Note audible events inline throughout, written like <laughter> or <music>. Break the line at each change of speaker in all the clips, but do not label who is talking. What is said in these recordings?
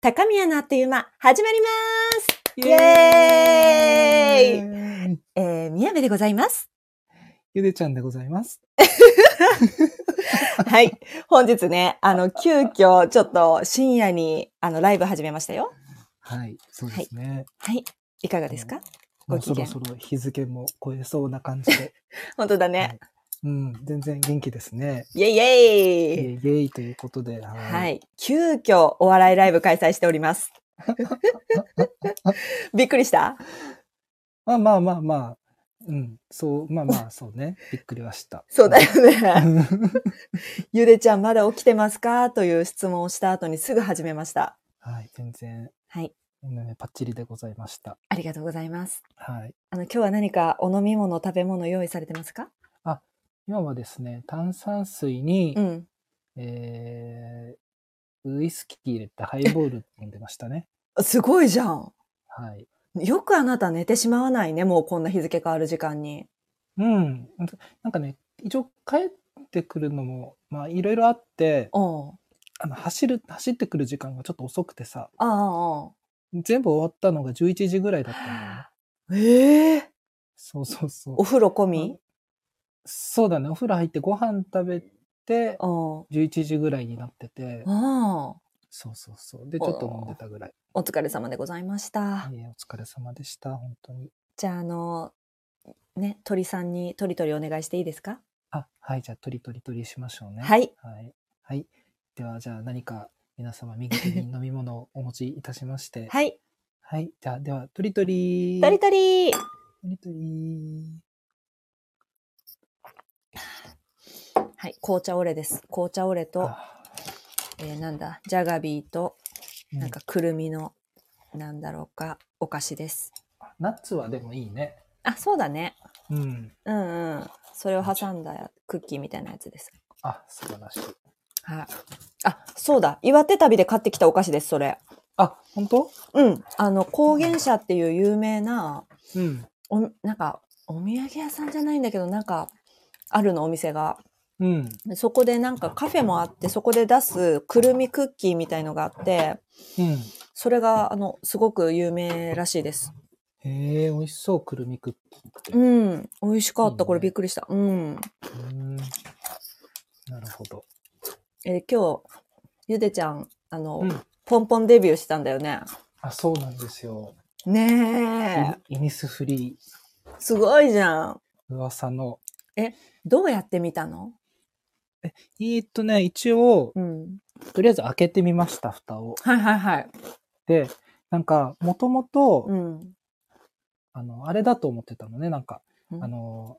高宮のあっという間、始まりますイ
エ
エーイ
ーイ
えー、宮部でございます。
ゆでちゃんでございます。
はい。本日ね、あの、急遽、ちょっと深夜に、あの、ライブ始めましたよ。
はい、そうですね。
はい。いかがですか
も
ご
う
機
そろ
嫌
そろ日付も超えそうな感じで。
<laughs> 本当だね。
うん、全然元気ですね。
イェイ
イ
イェイ
エイイエイということで。。
はいい。急遽、お笑いライブ開催しており <laughs> ます。びっくりした
まあまあまあまあ。うん、そう、まあ
<laughs>
まあ、そうね。びっくりはした。
そうだよね。
うん。
ゆでちゃんまだ起きてますかという質問をした後にすぐ始めました。
<laughs> はい、全然、
はい。
うんパッチリでございました。
ありがとうございます。
はい。
あの、今日は何かお飲み物、食べ物用意されてますか
今はですね、炭酸水に、
うん。
えー、ウイスキー入れてハイボール飲んでましたね。
すごいじゃん。
はい。
よくあなた寝てしまわないね。もうこんな日付変わる時間に。
うん。なんかね、一応帰ってくるのも、まあいろいろあって、
うん。あ
あの、走る、走ってくる時間がちょっと遅くてさ、
あ、あ
全部終わったのが11時ぐらいだったのよね。
あ。ええ
そうそうそう
お。風呂込み
そうだね、お風呂入ってご飯食べて、
うん。うん。
11時ぐらいになってて、
お
そうそうそう。で、ちょっと飲んでたぐらい。
疲れ様でございました。
いえお疲れ様でした、本当に。
じゃあ、あの、ね、鳥さんにとりとりお願いしていいですか
あ、はい、じゃあ、とりとりとりしましょうね。
はい。
はい。はい。では、じゃあ何か皆様右手に飲み物をお持ちいたしま
<laughs>
して。
はい。
はい。じゃあ、では、とりとり。
とりとり
とりとり。
はい。紅茶オレです。紅茶オレと、
あ
えー、なんだ、ジャガビーと、
うん
なんかくるみの、なんだろうか、お菓子です。
ナッツはでもいいね。
あ、そうだね。
うん。
うんうん。それを挟んだクッキーみたいなやつです。
あ、素晴らしい。
はい。あ、そうだ。岩手旅で買ってきたお菓子です、それ。
あ、本当
うん。あの、高原社っていう有名な、
うん。
お、なんか、お土産屋さんじゃないんだけど、なんか、あるの、お店が。
うん。
そこでなんかカフェもあって、そこで出すくるみクッキーみたいのがあって、
うん。
それが、あの、すごく有名らしいです。
へえ、美味しそう、くるみクッキーって。
うん。美味しかっ
いいね
た。これびっくりした。うん。
うん。なるほど。
えー今日、ゆでちゃん、あの、
うん
ポンポンデビューしたんだよね。
あ、そうなんですよ。
ねえ。
イニイニスフリ
すごいじゃん。
ー噂の。
どうやって見たの
えーっとね、一応、
うん。
とりあえず開けてみました、蓋を。
はいはいはい。
で、なんか、もともと、
うん。
あの、あれだと思ってたのね、なんか、
うん
あの、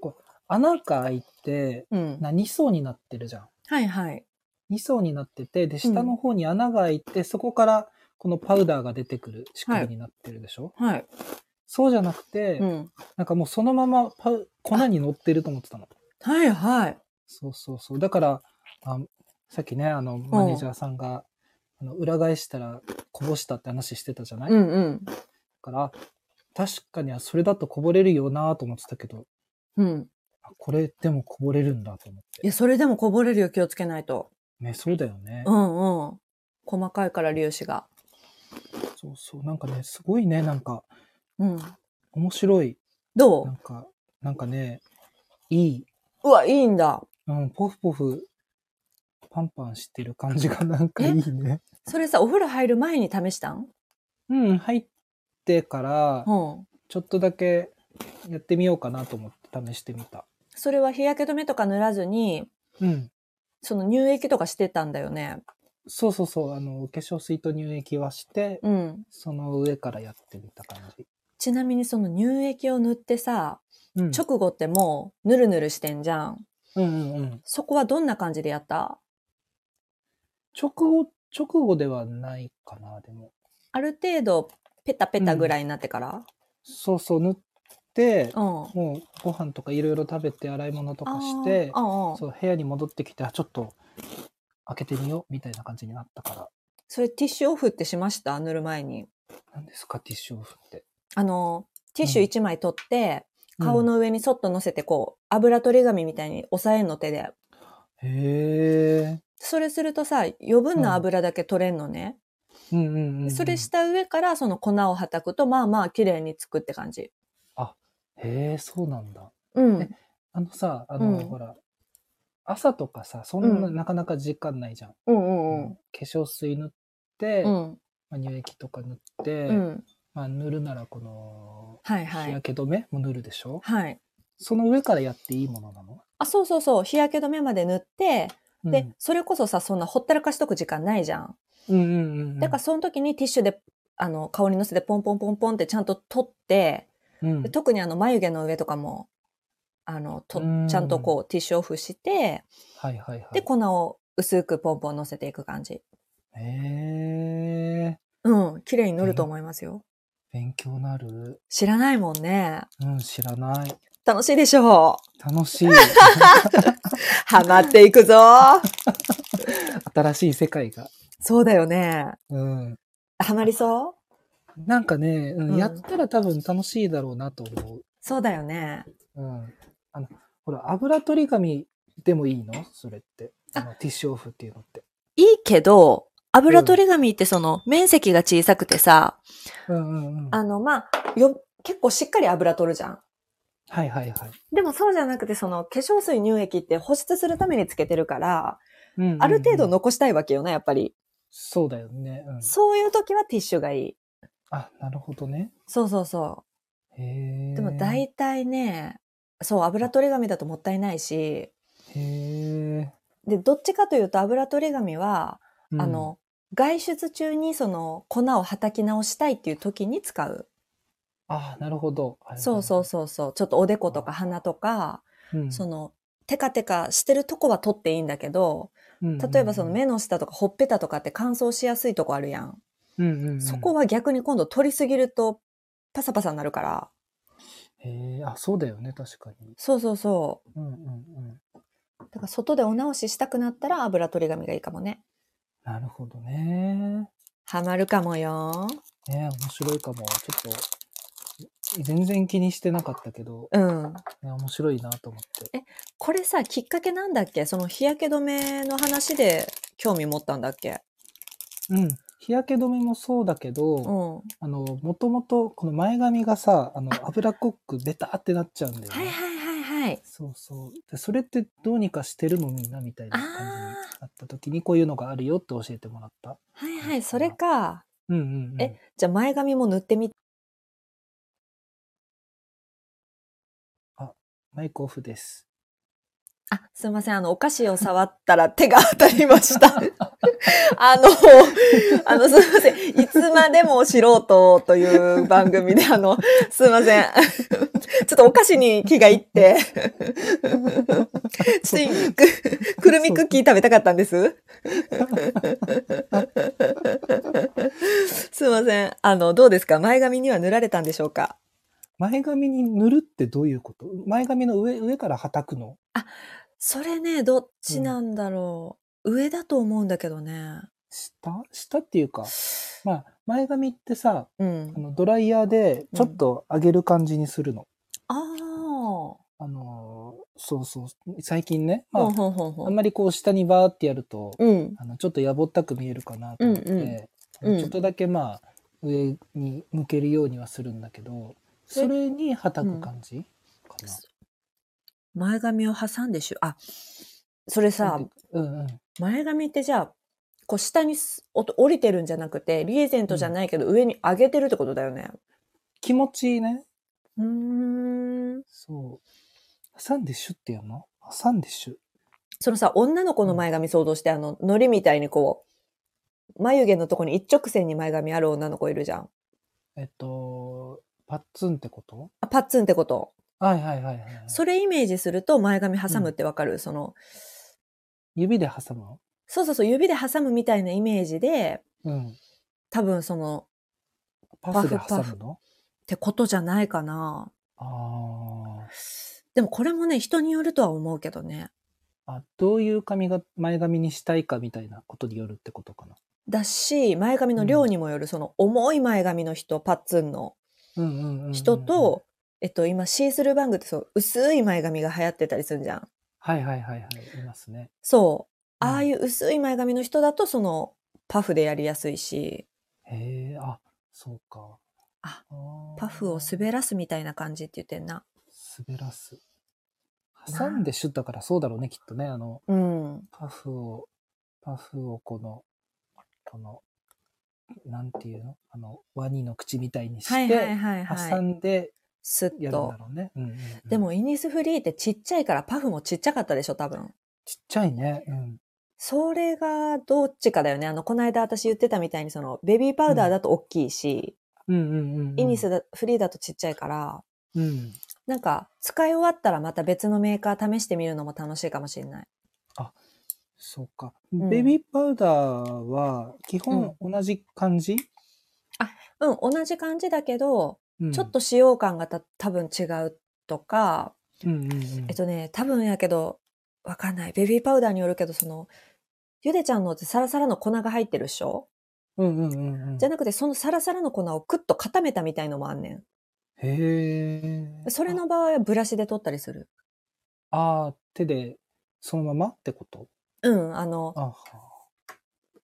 こう穴が開いて、
うん。
な、2層になってるじゃん。
はいはい。
2層になってて、で、下の方に穴が開いて、そこからこのパウダーが出てくる仕組みになってるでしょ、
はい。
そうじゃなくて、
うん。
なんかもうそのままパウ粉に乗ってると思ってたの。
はいはい。
そうそうそう。だから、あさっきね、あの、マネージャーさんが、あの裏返したらこぼしたって話してたじゃない、
う
だ
んうん。
から、確かにそれだとこぼれるよなと思ってたけど、
うん。
あこれでもこぼれるんだと思っ
い
て。
や、それでもこぼれるよ、気をつけないと。
ね、そうだよね。
うんうん。細かいから、粒子が。
そうそう。なんかね、すごいね、なんか、
うん。
面白い。
ど
な
うん
か、なんかね、いい。
うわ、いいんだ。
うん、ポフポフ、パンパンしてる感じがなんかいいね。
それさ、お風呂入る前に試したん
うん、入ってから、
うん。
ちょっとだけやってみようかなと思って試してみた。
それは日焼け止めとか塗らずに、
うん。
その乳液とかしてたんだよね。
そうそうそう、あの、お化粧水と乳液はして、
うん。
その上からやってみた感じ。
ちなみにその乳液を塗ってさ、
うん。
直後ってもうぬるぬるしてんじゃん。
うんうんうん。
そこはどんな感じでやった
直後、直後ではないかな、でも。
ある程度ペタペタぐらいになってから、
そうそう、塗って、
うん、
もうご飯とかいろいろ食べて洗い物とかして、
あーうんうんそ
そう部屋に戻ってきてあちょっと開けてみようみたいな感じになったから
れティッシュオフってしました塗る前に
何ですかティッシュオフって
あのティッシュ
うん
1枚取って、顔の上にそっと乗せてこう油取り紙みたいに押さえんの手で
へえ
それするとさ余分な油だけ取れんのね、
うんうんうんうん
それした上からその粉をはたくと、まあまあ綺麗につくって感じ。
へえ、そうなんだ。
うん。
あのさ、あの、
うん
ほら、朝とかさ、そんな、
うん
なかなか時間ないじゃん。
うん
化粧水塗って、
う
ま
ん
あ、乳液とか塗っ
う
て、
ん。うん。
まあ、塗るならこの、
はいは
日
い。
焼け止めも塗るでしょ、
はい。
その上からやっていいものなの、
あ、そうそうそう。日焼け止めまで塗って、
う
で
ん、
それこそさ、そんなほったらかしとく時間ないじゃん。
うんうんうん、
だからその時にティッシュで、あの、顔に乗せてポンポンポンポンってちゃんと取って、
うん
で特にあの眉毛の上とかも、あの、と
うん
ちゃんとこうティッシュオフして、
はいはいはい。
で、粉を薄くポンポン乗せていく感じ。
へえ
うん、綺麗に乗ると思いますよ。
勉強なる。
知らないもんね。
うん、知らない。
楽しいでしょう。
楽し
<laughs>
い。
ハマっていく
<laughs>
ぞ。
新しい世界が。
そうだよね。
うん。
ハマりそう
なんかね、うん
うん
やったら多分楽しいだろうなと思
そうだよね。
う。うん。あの、ほら、油取り紙でもいいのそれって。あの、ティッシュオフっていうのって。
いいけど、油取り紙ってその面積が小さくてさ、
うんうんうん。
あの、まあ、よ、結構しっかり油取るじゃん。
はいはいはい。
でもそうじゃなくて、その化粧水乳液って保湿するためにつけてるから、
うんうんうん
ある程度。残したいわけよな、やっぱり。
そうだよね。うん。
そういう時はティッシュがいい。
あ、なるほどね。
そうそうそ
へ
う。
え。
でも大体ね、そう、油取り紙だともったいないし、
へえ。
で、どっちかというと油取り紙は、
うん
あ、の、外出中にその粉をはたき直したいっていう時に使う。
あなるほど。
そうそうそうそう。ちょっとおでことか鼻とか、
うん。
その、テカテカしてるとこは取っていいんだけど、
うん
例えばその、目の下とかほっぺたとかって乾燥しやすいとこあるやん。
うんうんうん、
そこは逆に今度取りすぎるとパサパサになるから。
へえあ、そうだよね、確かに。
そうそうそう。
うんうんうん。
だから外でお直ししたくなったら油取り紙がいいかもね。
なるほどね。
ハマるかもよ。
ね面白いかも。ちょっと、全然気にしてなかったけど、
うん。
ね、面白いなと思って。
これさ、きっかけなんだっけその日焼け止めの話で興味持ったんだっけ
うん。日焼け止めもそうだけど、
うん。は
あの、もともと、この前髪がさ、あの、脂っこくベターってなっちゃうんだ
い
よね。
はいはいはい。
そうそう。で、それってどうにかしてるのみんなみたいな感じになった時に、こういうのがあるよって教えてもらった。
はいはい、それか。
うんうん、うん。
えじゃあ前髪も塗ってみ、
マイクオフです。
あ、すいません、あの、お菓子を触ったら手が当たりま <laughs> した。あの、あの、すいません、いつまでも素人という番組で、あの、すいません、ちょっとお菓子に気がいって、ちょっと <laughs> く、くるみクッキー食べたかったんです。すいません、あの、どうですか前髪には塗られたんでしょうか
前髪に塗るってどういうこと前髪の上、上からはたくの
それね、どっちなんだろう。上だと思うんだけどね。
下下っていうか、まあ、前髪ってさ、
うん
あ。のドライヤーでちょっと上げる感じにするの。
ああ。
あのーそうそう。最近ね、ま
ほ
あ、
んほんほんほ
あん
ん。
まりこう下にバーってやると、
うん。
あのちょっとやぼったく見えるかなと思って、
うんうん
あの
うん
ちょっとだけまあ、上に向けるようにはするんだけど、それにはたく感じかな。
前髪を挟んでしゅ、あ、それさ、
うんうん。
前髪ってじゃあ、こう下にすおと降りてるんじゃなくて、リエゼントじゃないけど上に上げてるってことだよね。
気持ちいいね。
うーん。
そう。挟んでシュってやんの挟んでシュ。
そのさ、女の子の前髪想像して、あの、ノリみたいにこう、眉毛のとこに一直線に前髪ある女の子いるじゃん。
えっと、パッツンってこと
あパッツンってこと。
はいはいはいはい。
それイメージすると前髪挟むってわかる、その、
指で挟むの
そうそうそう、指で挟むみたいなイメージで、
うん。
多分その、
パスで
パ
挟
フ
むの
ってことじゃないかな。
あ
でもこれもね、人によるとは思うけどね。
あ。あ、どういう髪が前髪にしたいかみたいなことによるってことかな。
だし、前髪の量にもよる、その重い前髪の人、パッツンの
うんうんうん、うん。
人と、、えっと、今、シースルーバングってそう、薄い前髪が流行ってたりするじゃん。
はいはいはいはい、いますね。
そう。
うん
ああいう薄い前髪の人だと、その、パフでやりやすいし、
へえ、あ、そうか。
あ
ー、
パフを滑らすみたいな感じって言ってんな。
滑らす。挟んでシュッだからそうだろうね、きっとね。あの、
うん。
パフを、パフをこの、この、なんていうのあの、ワニの口みたいにして、
はいはいはいは
挟
い。
んで
スッ
やるん
と
だ。ろうね。うんうんうん
で、もイニスフリーってちっちゃいからパフもちっちゃかったでしょ、多分。
ちっちゃいね。うん。
それがどっちかだよね。あの、この間私言ってたみたいに、その、ベビーパウダーだと大きいし、
うんうんうん、うん。
イニスだフリーだとちっちゃいから、
うん。
なんか、使い終わったらまた別のメーカー試してみるのも楽しいかもしれない。
そうか。
ん
ベビーパウダーは、基本同じ感じ、
うん、同じ感じだけど、
うん
ちょっ、と使用感がた多分違うとか、
うんうんうん、
えっとね、多分やけど、わかんない。ベビーパウダーによるけど、その、ゆでちゃんのってサラサラの粉が入ってるっしょ
うんうんうんうん。
じゃなくて、そのサラサラの粉をクッと固めたみたいのもあんね
へえ。
ん。それの場合はブラシで取ったりする。
ああー、手でそのままってこと
うん、あの、
あは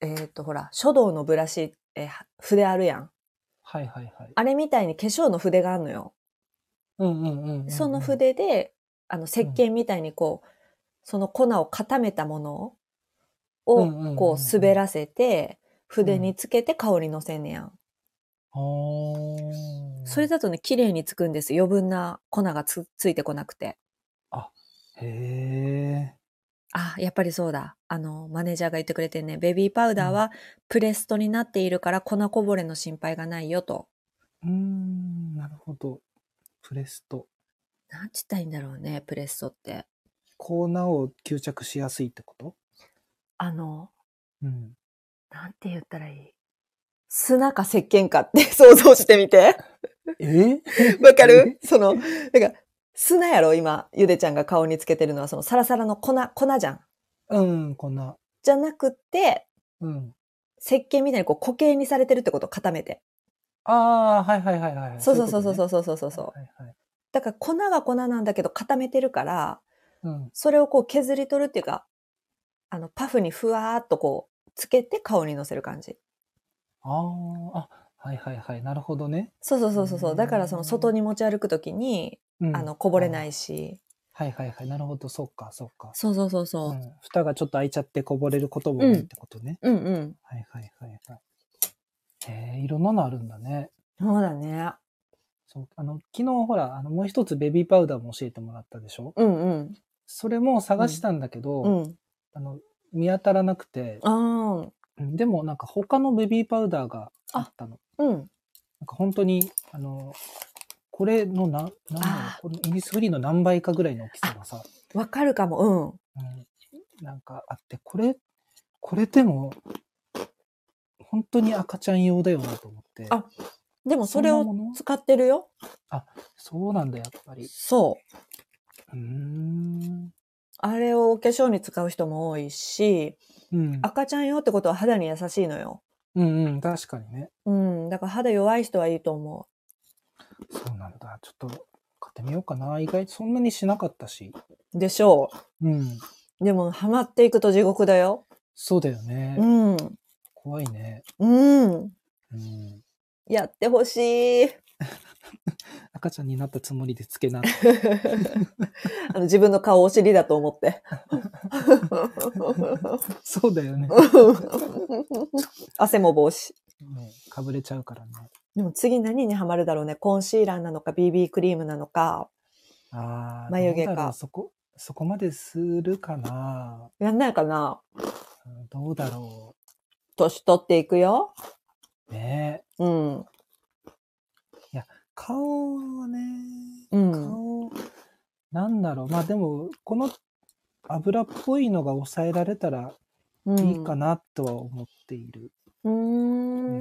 えっ、と、ほら、書道のブラシ、えーは筆あるやん。
はいはいはい。
あれみたいに化粧の筆があるのよ。
うんうんうんうんうん
その。筆で、あの、石鹸みたいにこう、その粉を固めたもの
うんうんうんう
を、
ん
こう、滑らせて、筆につけて顔にのせんねやん。
あー
それだとね、綺麗につくんです。余分な粉がつついてこなくて。
へえ。
あ、やっぱりそうだ。あの、マネージャーが言ってくれてね、ベビーパウダーはプレストになっているから粉こぼれの心配がないよと。
うーん、なるほど。プレスト。
なんちったらいいんだろうね、プレストって。
コーナーを吸着しやすいってこと
あの、
うん。
なんて言ったらいい砂か石鹸かって想像してみ <laughs> て。
え
わかるその、なんか、砂やろ、今、ゆでちゃんが顔につけてるのは、そのサラサラの粉、粉じゃん。
うん、こんな。
じゃなくて、
うん。
石鹸みたいにこう固形にされてるってこと、固めて。
ああー、はいはいはいはい。
そうそうそうそうそううそうそうそう。
はいはいはい
だから粉は粉なんだけど固めてるから、
うん。
それをこう削り取るっていうか、あの、パフにふわーっとこう、つけて顔に乗せる感じ。
ああ、あ、はいはいはい。なるほどね。
そうそうそうそうそうう。
ん
だからその外に持ち歩くときに、
うん。
あの、こぼれないいし。
はいはいはい。なるほど。そうか、そうか。
そうそうそうそうう。
ん、蓋がちょっと開いちゃってこぼれることもないってことね。
うんうん。
はいはいはいはい。へえ、いろんなのあるんだね。
そうだね。
そうあの昨日ほらあのもう一つベビーパウダーも教えてもらったでしょ
うんうん。
それも探したんだけど、
うん。
あの見当たらなくて
あ
うんでもなんか他のベビーパウダーがあったの
あ。うん。
なんか本当にあのこれのななんだろ
あ
うこのイニスフリーの何倍かぐらいの大きさがさ、
わかるかも。
うん、なんかあってこれこれでも本当に赤ちゃん用だよなと思って
あうん。でもそれ
そ
を
んなもの
使ってるよ。
そうなんだやっぱり
そう。
うーん
あれをお化粧に使う人も多いし、
うん
赤ちゃん用ってことは肌に優しいのよ。
うんうん確かにね
うん。だから肌弱い人はいいと思
そうなんだ。ちょっと買ってみようかな。意外とそんなにしなかったし。
う。でしょ
うん。
う。でも、ハマっていくと地獄だよ。
そうだよね。
うん。
怖いね。
うん。
うん。
やってほしい。
赤ちゃんになったつもりでつ
<laughs>
けな。
あの自分の顔お尻だと思 <laughs> って。
そうだよね。
汗も防止。
うんかぶれちゃうからね。
でも次何にハマるだろうね。コンシーラーなのか BB クリームなのか。
ああ。
眉毛か
どうだろうそこ、そこまでするかな。
やんないかな
うんどうだろ
年取っていくよ。
う。ねえ
うん。
顔はね。
うん。
顔、なんだろう。まあでも、この油っぽいのが抑えられたらいいか
な。
なとは思っている。
うー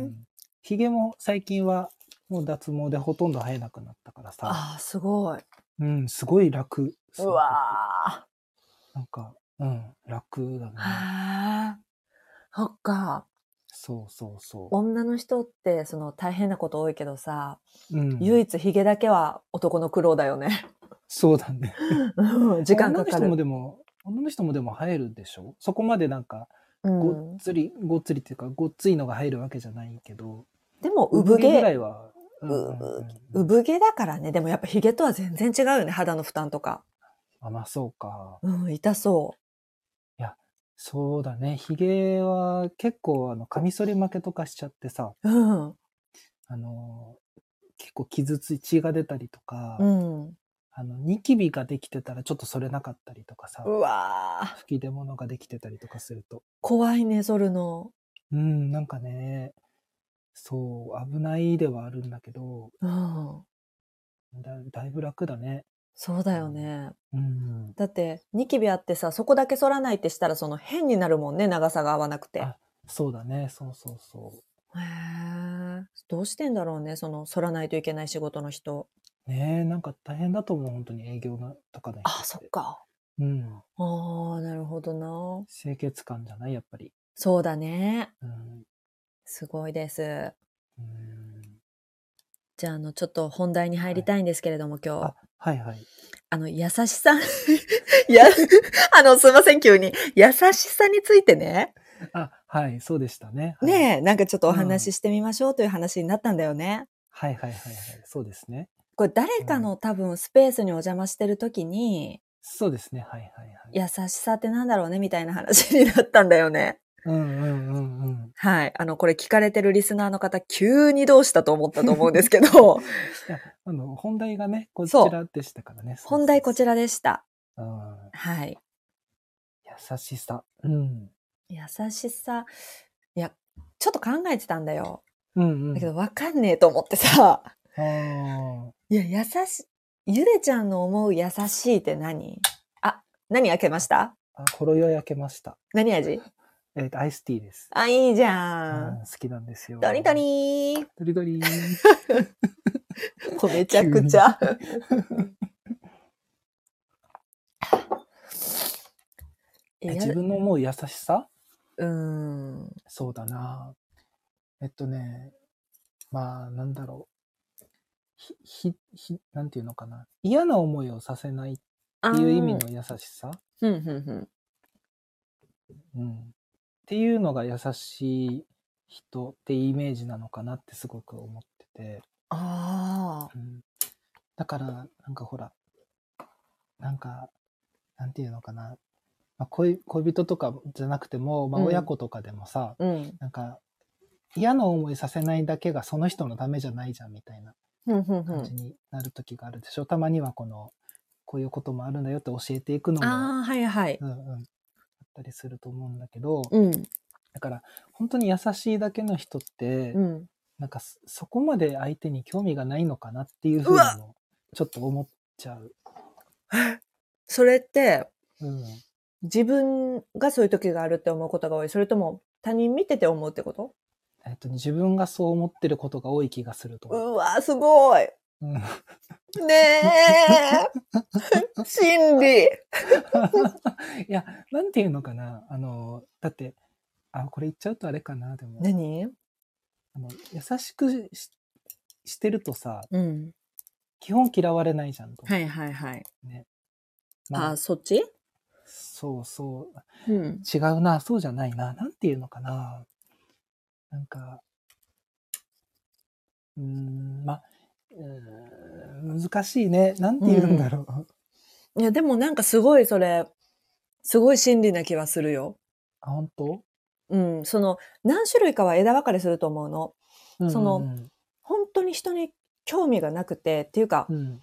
ん。
ひげも最近はもう脱毛でほとんど生えなくなったからさ、
ああ、すごい。
うん、すごい楽。
うわ
なんか、うん、楽だ
ー。
ね。
はあ。そっか。
そうそうそ
女の人って、その大変なこと多いけどさ、
う。うん、
唯一ヒゲだけは男の苦労だよね。 <laughs>
そうだね。
うん時間かか
女の人も
る。
でも、女の人もでも生えるでしょそこまでなんか、
う
ごっ
ん。
つり、ごっつりっていうか、ごっついのが生えるわけじゃないけど、
でも、産毛。
ぐらいは。うんうんうんうん
産毛だからね。でもやっぱヒゲとは全然違うよね。肌の負担とか。
あ、まあそうか。
うん、痛そ
そうだね。ヒゲは結構、あの、カミソリ負けとかしちゃってさ、
う。うん。
あの、結構傷つい、血が出たりとか、
うん。
あの、ニキビができてたらちょっとそれなかったりとかさ、
うわー
吹き出物ができてたりとかすると、
怖いね、そるの。
うん、なんかね、そう、危ないではあるんだけど、
うん。
だだいぶ楽だね。
そうだよね。
うん。
だって、ニキビあってさ、そこだけ剃らないってしたら、その変になるもんね、長さが合わなくて。へ
あそうだね。そうそうそ
え。どうしてんだろうね、その、剃らないといけない仕事の人。
う。ねえ、なんか大変だと思う。本当に営業がとかね。
あ、そっか。
うん。
ああ、なるほどな。
清潔感じゃないやっぱり。
そうだね。
うん。
すごいです。
うん
じゃあ、あの、ちょっと本題に入りたいんですけれども、今日
あ。、はいはい。
あの、優しさ。 <laughs> いや、 <laughs> あの、すいません、急に。優しさについてね。
あ、はい、そうでしたね。はい、
ねえ、なんかちょっとお話ししてみましょうという話になったんだよね。
はいはいはいはい。そうですね。
これ誰かの多分スペースにお邪魔してる時に、
そうですね。はいはいはい。
優しさってなんだろうねみたいな話になったんだよね。
うんうんうんうん。
はい。あの、これ聞かれてるリスナーの方、急にどうしたと思ったと思うんですけ
<laughs>
ど、
いや、あの、本題がね、こち
そう
らでしたからね。そう
本題
そう
こちらでした。
そううん
はい。
優しさ。うん。
優しさ。いや、ちょっと考えてたんだよ。
うんうん。
だけど、わかんねえと思ってさ、
あー
いや、優し、ゆでちゃんの思う優しいって何あ、何開けました
あ、ほろ酔い開けました。
何味
えっ、と、アイスティーです。
あ、いいじ
う
ゃ
ん
ん。
好きなんですよ。
ドリド。リー。
ド
<laughs>
リドリ。
こうめちゃくちゃ。
え
いや
自分の思う優しさ
うーん。
そうだな。えっとね、まあ、なんだろう。ひ、ひ、ひ、なんていうのかな。嫌な思いをさせないっていう意味の優しさ
あー。うん、うん、うん。
うん。っていうのが優しい人ってイメージなのかなってすごく思ってて。
ああ。
うんだから、なんかほら、なんか、なんていうのかな。まあ、恋恋人とかじゃなくても、まあ、
うん
親子とかでもさ、
うん。
なんか、嫌な思いさせないだけがその人のためじゃないじゃんみたいな
うん、うん、う
感じ
ん。
になる時があるでしょ。たまにはこの、こういうこともあるんだよって教えていくのも、
ああ、はい、はい。
うんうん、あったりすると思うんだけど、
うん、
だから、本当に優しいだけの人って、
うん。
なんかそそこまで相手に興味がないのかなっていうふうにもちょっと思っちゃう。
それって、
うん、
自分がそういう時があるって思うことが多い。それとも、他人見てて思うってこと
えっと、自分がそう思ってることが多い気がすると思う。
うわ、すごい。
うん、 <laughs>
ねえ。
<laughs>
心理。
いや、なんていうのかな。あの、だって、あ、これ言っちゃうとあれかな。でも、
何
あの優しくししてるとさ、
うん。
基本嫌われないじゃんと思う。
はいはいはい。
まあ
あ、そっち
そうそう。
うん。
違うな、そうじゃないな、なんていうのかな。なんか、うーん、ま、うーん難しいね。なんて言うんだろう。
いや、でもなんかすごいそれ、すごい心理な気はするよ。
あ、本当、
うん。その、何種類かは枝分かれすると思うの。
うんうんうん
その、本当に人に興味がなくて、っていうか
う、ん、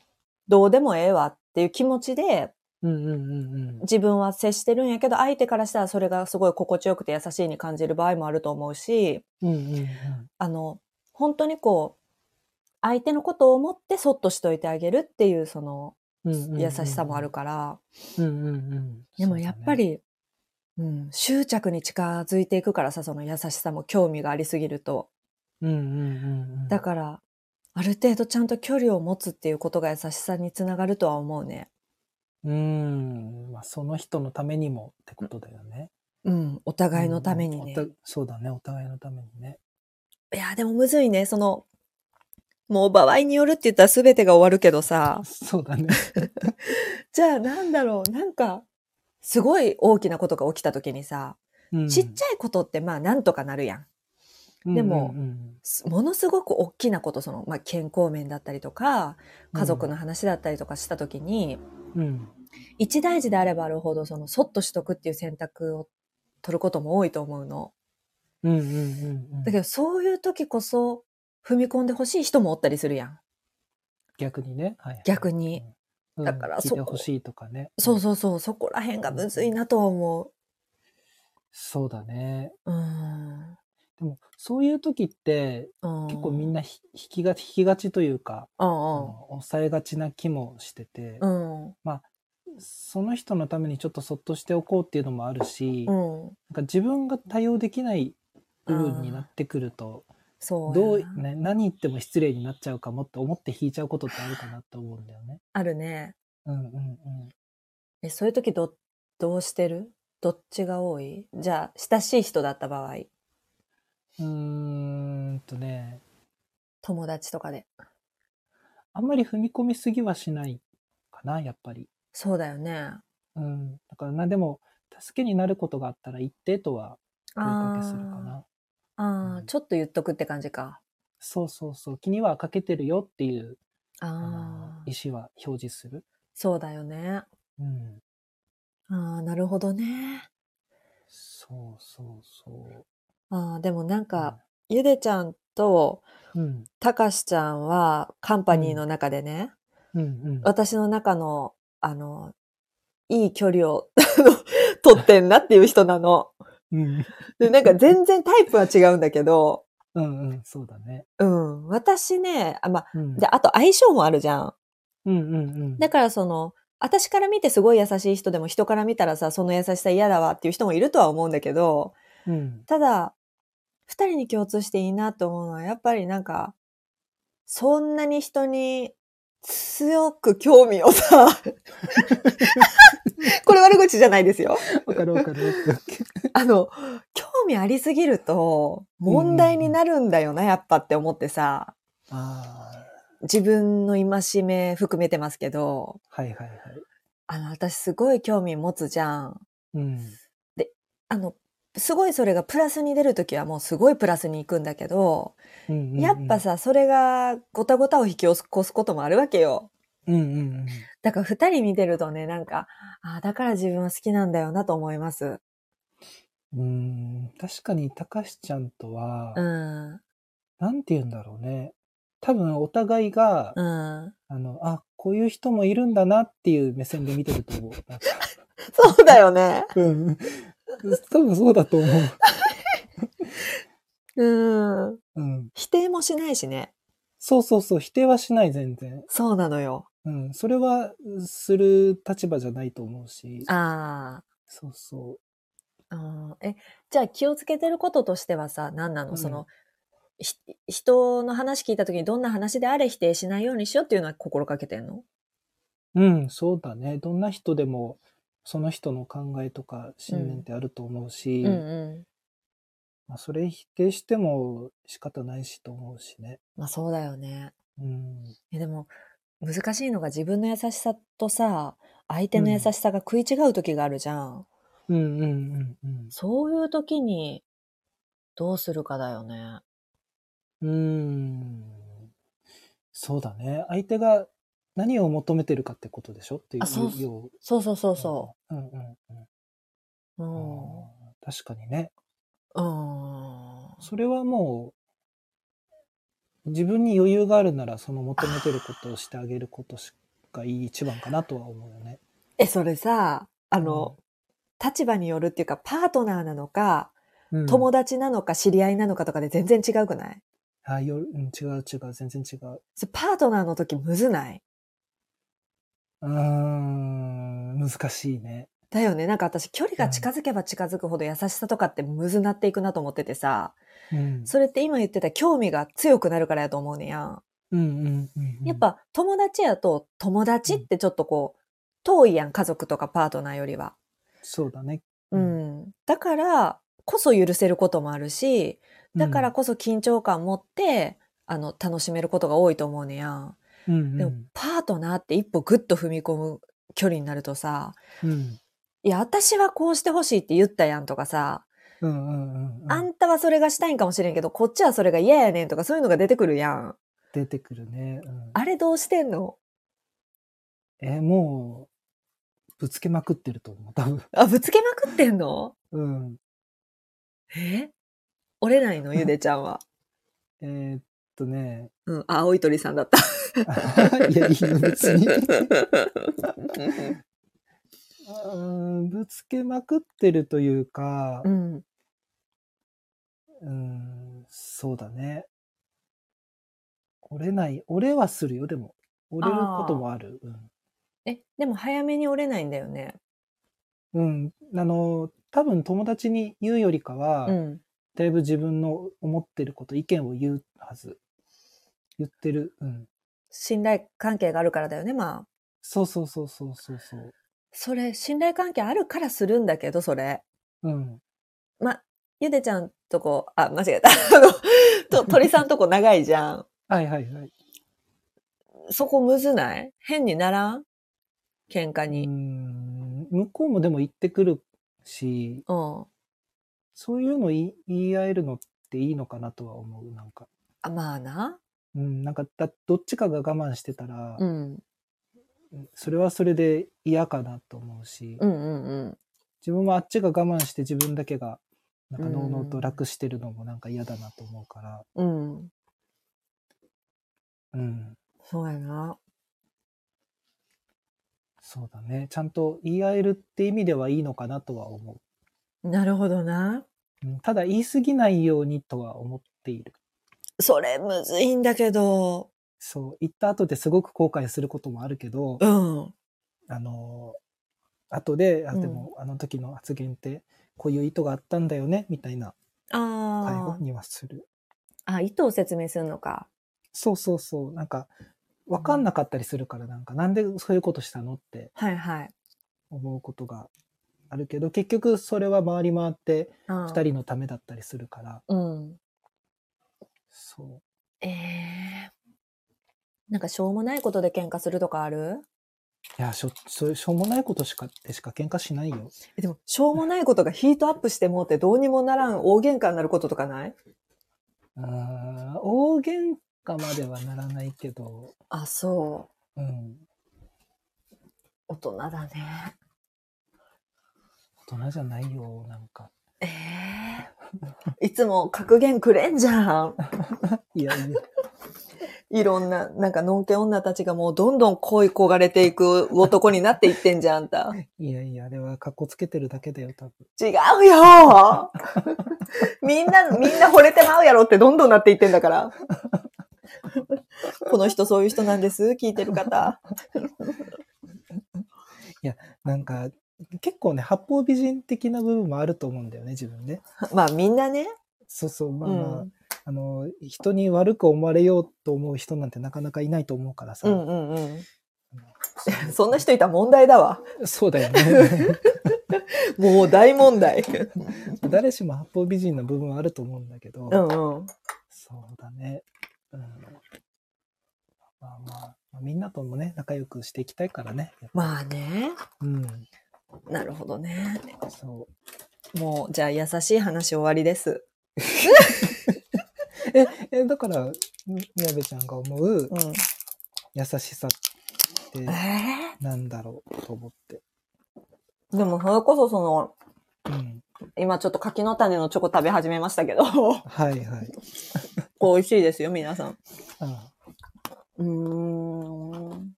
どうでもええわっていう気持ちで、
うんうんうんうん。
自分は接してるんやけど、相手からしたらそれがすごい心地よくて優しいに感じる場合もあると思うし、
うんうんうん。
あの、本当にこう、相手のことを思ってそっとしといてあげるっていう、その、
うんうんうん
優しさもある。から、
うんうんうん。
でもやっぱり、うん、執着に近づいていくからさ、その優しさも興味がありすぎると。
そうだね、うんうんうんうん。
だから、ある程度ちゃんと距離を持つっていうことが優しさにつながるとは思うね。
ら、うん、まあ、その人のためにもってことだよね。
うん、お互いのために
うん
ね。
おたそうだね、お互いのためにね。
いや、でもむずいね。その、もう場合によるって言ったら全てが終わるけど
<laughs>
さ、
そうだね。
じゃあなんだろう、なんか、すごい大きなことが起きた時にさ、
うん
ちっちゃいことってまあなんとかなるやん。でも
うんうん
すものすごく大きなこと、その、まあ、健康面だったりとか、家族の話だったりとかしたときに、
うん、うん
一大事であればあるほど、その、そっとしとくっていう選択を取ることも多いと思うの。
うんうんうんうん
だけど、そういう時こそ、踏み込んでほしい人もおったりするやん。
逆にね、はいはい
逆に、
うん
だから
聞い
そ
て
こ
ほしいとかね
そうそうそう、そこら辺がむずいなとは思
そうだね
う。うん。
でもそういう時って
結
結構みんなひ引きが引きがちというか、あ
な
の抑えがちな気もしてて、
うん。うん。
その人のためにちょっとそっとしておこうっていうのもあるし、なん
うん。
か自分が対応できない部分になってくると
そうやな。
どう、ね、何言っても失礼になっちゃうかもって思って引いちゃうことってあるかなと思うんだよね。
あるね。
うんうん
え、そういう時ど、どうしてるどっちが多いじゃあ、親しい人だった場合、
うん。うーんとね、
友達とかで。
あんまり踏み込みすぎはしないかな、やっぱり。
そうだよね。
うん。だからな、でも、助けになることがあったら一定とは声かけするかな。
あーあ
う
ー、
ん
ちょっと言っとくって感じか。
そうそうそう。気にはかけてるよっていう、あの
ああ、
意思は表示する。
そうだよね。
うん。
ああ、なるほどね。
そうそうそう。
ああ、でもなんか、ゆでちゃんと
うん、
たかしちゃんはカンパニーの中でね、
うん、うん。
私の中の、あの、いい距離を <laughs> あの取ってんなっていう人なの。
うん、
で、なんか全然タイプは違うんだけど、
うん、うん、そうだね。
うん。私ね、あ、まあ、
うん、
で、あと相性もあるじゃん。
うん、うん、うん。
だからその、私から見てすごい優しい人でも人から見たらさ、その優しさ嫌だわっていう人もいるとは思うんだけど、
うん、
ただ、二人に共通していいなと思うのは、やっぱりなんか、そんなに人に強く興味をさ、これ悪口じゃないですよ。
わかるわかる。
あの、興味ありすぎると問題になるんだよな、やっぱって思ってさ、
ああ、
自分の戒め含めてますけど、
はいはいはい。
あの、私すごい興味持つじゃん。
うん、
あの、すごいそれがプラスに出るときはもうすごいプラスに行くんだけど、
うん、うん。
やっぱ、さ、それがごたごたを引き起こすこともあるわけよ。
うん、うん、
だから二人見てるとね、なんか、ああ、だから自分は好きなんだよなと思います。
うん。うん、確かに、たかしちゃんとは、
うん、うん、
なんて言うんだろうね。多分、お互いが、あの、あ、こういう人もいるんだなっていう目線で見てると思う。なん
<laughs>
か
そうだよね。
うん。多分そうだと思う。
うん。
うん。
否定もしないしね。
そうそうそう、否定はしない、全然。
そうなのよ。
うん。それは、する立場じゃないと思うし。
あ
そうそ
あ、うん。え、じゃあ気をつけてることとしてはさ、何なの、
うん
その、ひ人の話聞いた時にどんな話であれ否定しないようにしようっていうのは心がけてんの
う。うん、そうだね。どんな人でも、その人の考えとか信念ってあると思うし、
うんうん。
まあ、それ否定しても仕方ないしと思うしね。
まあそうだよね。
うん。
えでも、難しいのが自分の優しさとさ、相手の優しさが食い違う時があるじゃん。
うんうんうんうん。
そういう時に、どうするかだよね。
うーんそうだね。相手が何を求めてるかってことでしょっていう
あそう
よう
そうそうそうそ
うんうんうん
う。う
うん
ん。
確かにね。
うん。
それはもう、自分に余裕があるなら、その求めてることをしてあげることしかいい一番かなとは思うよね。
え、それさ、あの、立場によるっていうか、パートナーなのか、
うん、
友達なのか、知り合いなのかとかで全然違うくない
あよ、うん、違う違う、全然違う。
それパートナーの時むずないう
ーん、難しいね。
だよね。なんか私、距離が近づけば近づくほど優しさとかってむずなっていくなと思っててさ、
うん。
それって今言ってた興味が強くなるからやと思うねやん。
うんうんうんうん。
やっ、ぱ、友達やと、友達ってちょっとこう、遠いやん、家族とかパートナーよりは。
そうだね。
う
うん
ん。だから、こそ許せることもあるし、だからこそ緊張感持って、あの、楽しめることが多いと思うねやん。
うん、うん
で
う
も
ん、
パートナーって一歩グッと踏み込む距離になるとさ、
うん。
いや、私はこうしてほしいって言ったやんとかさ、
うんうんうんうん。
あんたはそれがしたいんかもしれんけど、こっちはそれが嫌やねんとかそういうのが出てくるやん。
出てくるね。うん、
あれどうしてんの
え、もう、ぶつけまくってると思う、多分。
あ、ぶつけまくってんの
うん。
え折れないのゆでちゃんは。
えーっとね。 <laughs>
うん。あ、青い鳥さんだった。
いや、いいよ、別に。うん、ぶつけまくってるというか、
<laughs> うん。
うん、そうだね。折れない、折れはするよ、でも。折れることもある。
え、でも早めに折れないんだよね。
うん。うん。あの、多分友達に言うよりかは、
うん。
だいぶ自分の思ってること、意見を言うはず。言ってる。うん。
信頼関係があるからだよね、まあ。
そうそうそうそうそうそう。
それ、信頼関係あるからするんだけど、それ。
うん。
ゆでちゃんとこ、あ、間違えた。 <laughs> あの、と鳥さんとこ長いじゃん。
はいはいはい。
そこむずない変にならん喧嘩
う
に。
ん。向こうもでも言ってくるし、
うん。
そういうの言い言い合えるのっていいのかなとは思う。なんか。
あ、まあな。
うん。なんか、だどっちかが我慢してたら、
うん。
それはそれで嫌かなと思うし、
うんうんうん。
自分もあっちが我慢して自分だけが、なんか、
うん
のうのうと楽してるのもなんか嫌だなと思うから、
うん。
うん。
そうやな。
そうだね。ちゃんと言い合えるって意味ではいいのかなとは思
なるほどな。
う。うん、ただ言い過ぎないようにとは思っている。
それむずいんだけど。
そう。言った後ですごく後悔することもあるけど、
うん。
あの、後で、あ、
うん
でも、あの時の発言って、こういう意図があったんだよね、みたいな
あ
会話にはする。
あ。あ、意図を説明するのか。
そうそうそう。なんか、わかんなかったりするから、なんか、なんでそういうことしたのって
はいはい。
思うことがあるけど、結局それは回り回って
二
二。人のためだったりするから、
うん。
そう。
ええなんかしょうもないことで喧嘩するとかある
いや、しょ、そういうしょうもないことしか、でしか喧嘩しないよ。
でも、しょうもないことがヒートアップしてもうてどうにもならん大喧嘩になることとかない
あー大喧嘩まではならないけど、
あ、そう。
うん。
大人だね。
大人じゃないよ、なんか。
ええ <laughs> いつも格言くれんじゃん。
いやいや。
いろんな、なんか、のんけ女たちがもうどんどん恋焦がれていく男になっていってんじゃん、あんた。
いやいや、あれは格好つけてるだけだよ、多分。
違うよ <laughs> みんな、みんな惚れてまうやろってどんどんなっていってんだから。この人そういう人なんです聞いてる方。
なんか、結構ね、八方美人的な部分もあると思うんだよね、自分ね。
まあみんなね。
そうそう、まあ
う
まあ、
ん。
あの、人に悪く思われようと思う人なんてなかなかいないと思うからさ。
うんうんうん。そんな人いたら問題だわ。
そうだよね。 <laughs>
もう大問題。
誰しも八方美人な部分はあると思うんだけ
う
ど、
んうん。
そうだね。うん、まあまあ、まあみんなともね、仲良くしていきたいからね。
まあね。
うん、
なるほどね。
そう。
もう、じゃあ優しい話終わりです。
え、だから、ん宮部ちゃんが思う
うん。
優しさって
ええ
なんだろうと思って。
でもそれこそその、
うん。
今ちょっと柿の種のチョコ食べ始めましたけど、 <laughs> こ
はいはい。
れ美味しいですよ、皆さん。
あ
うーん。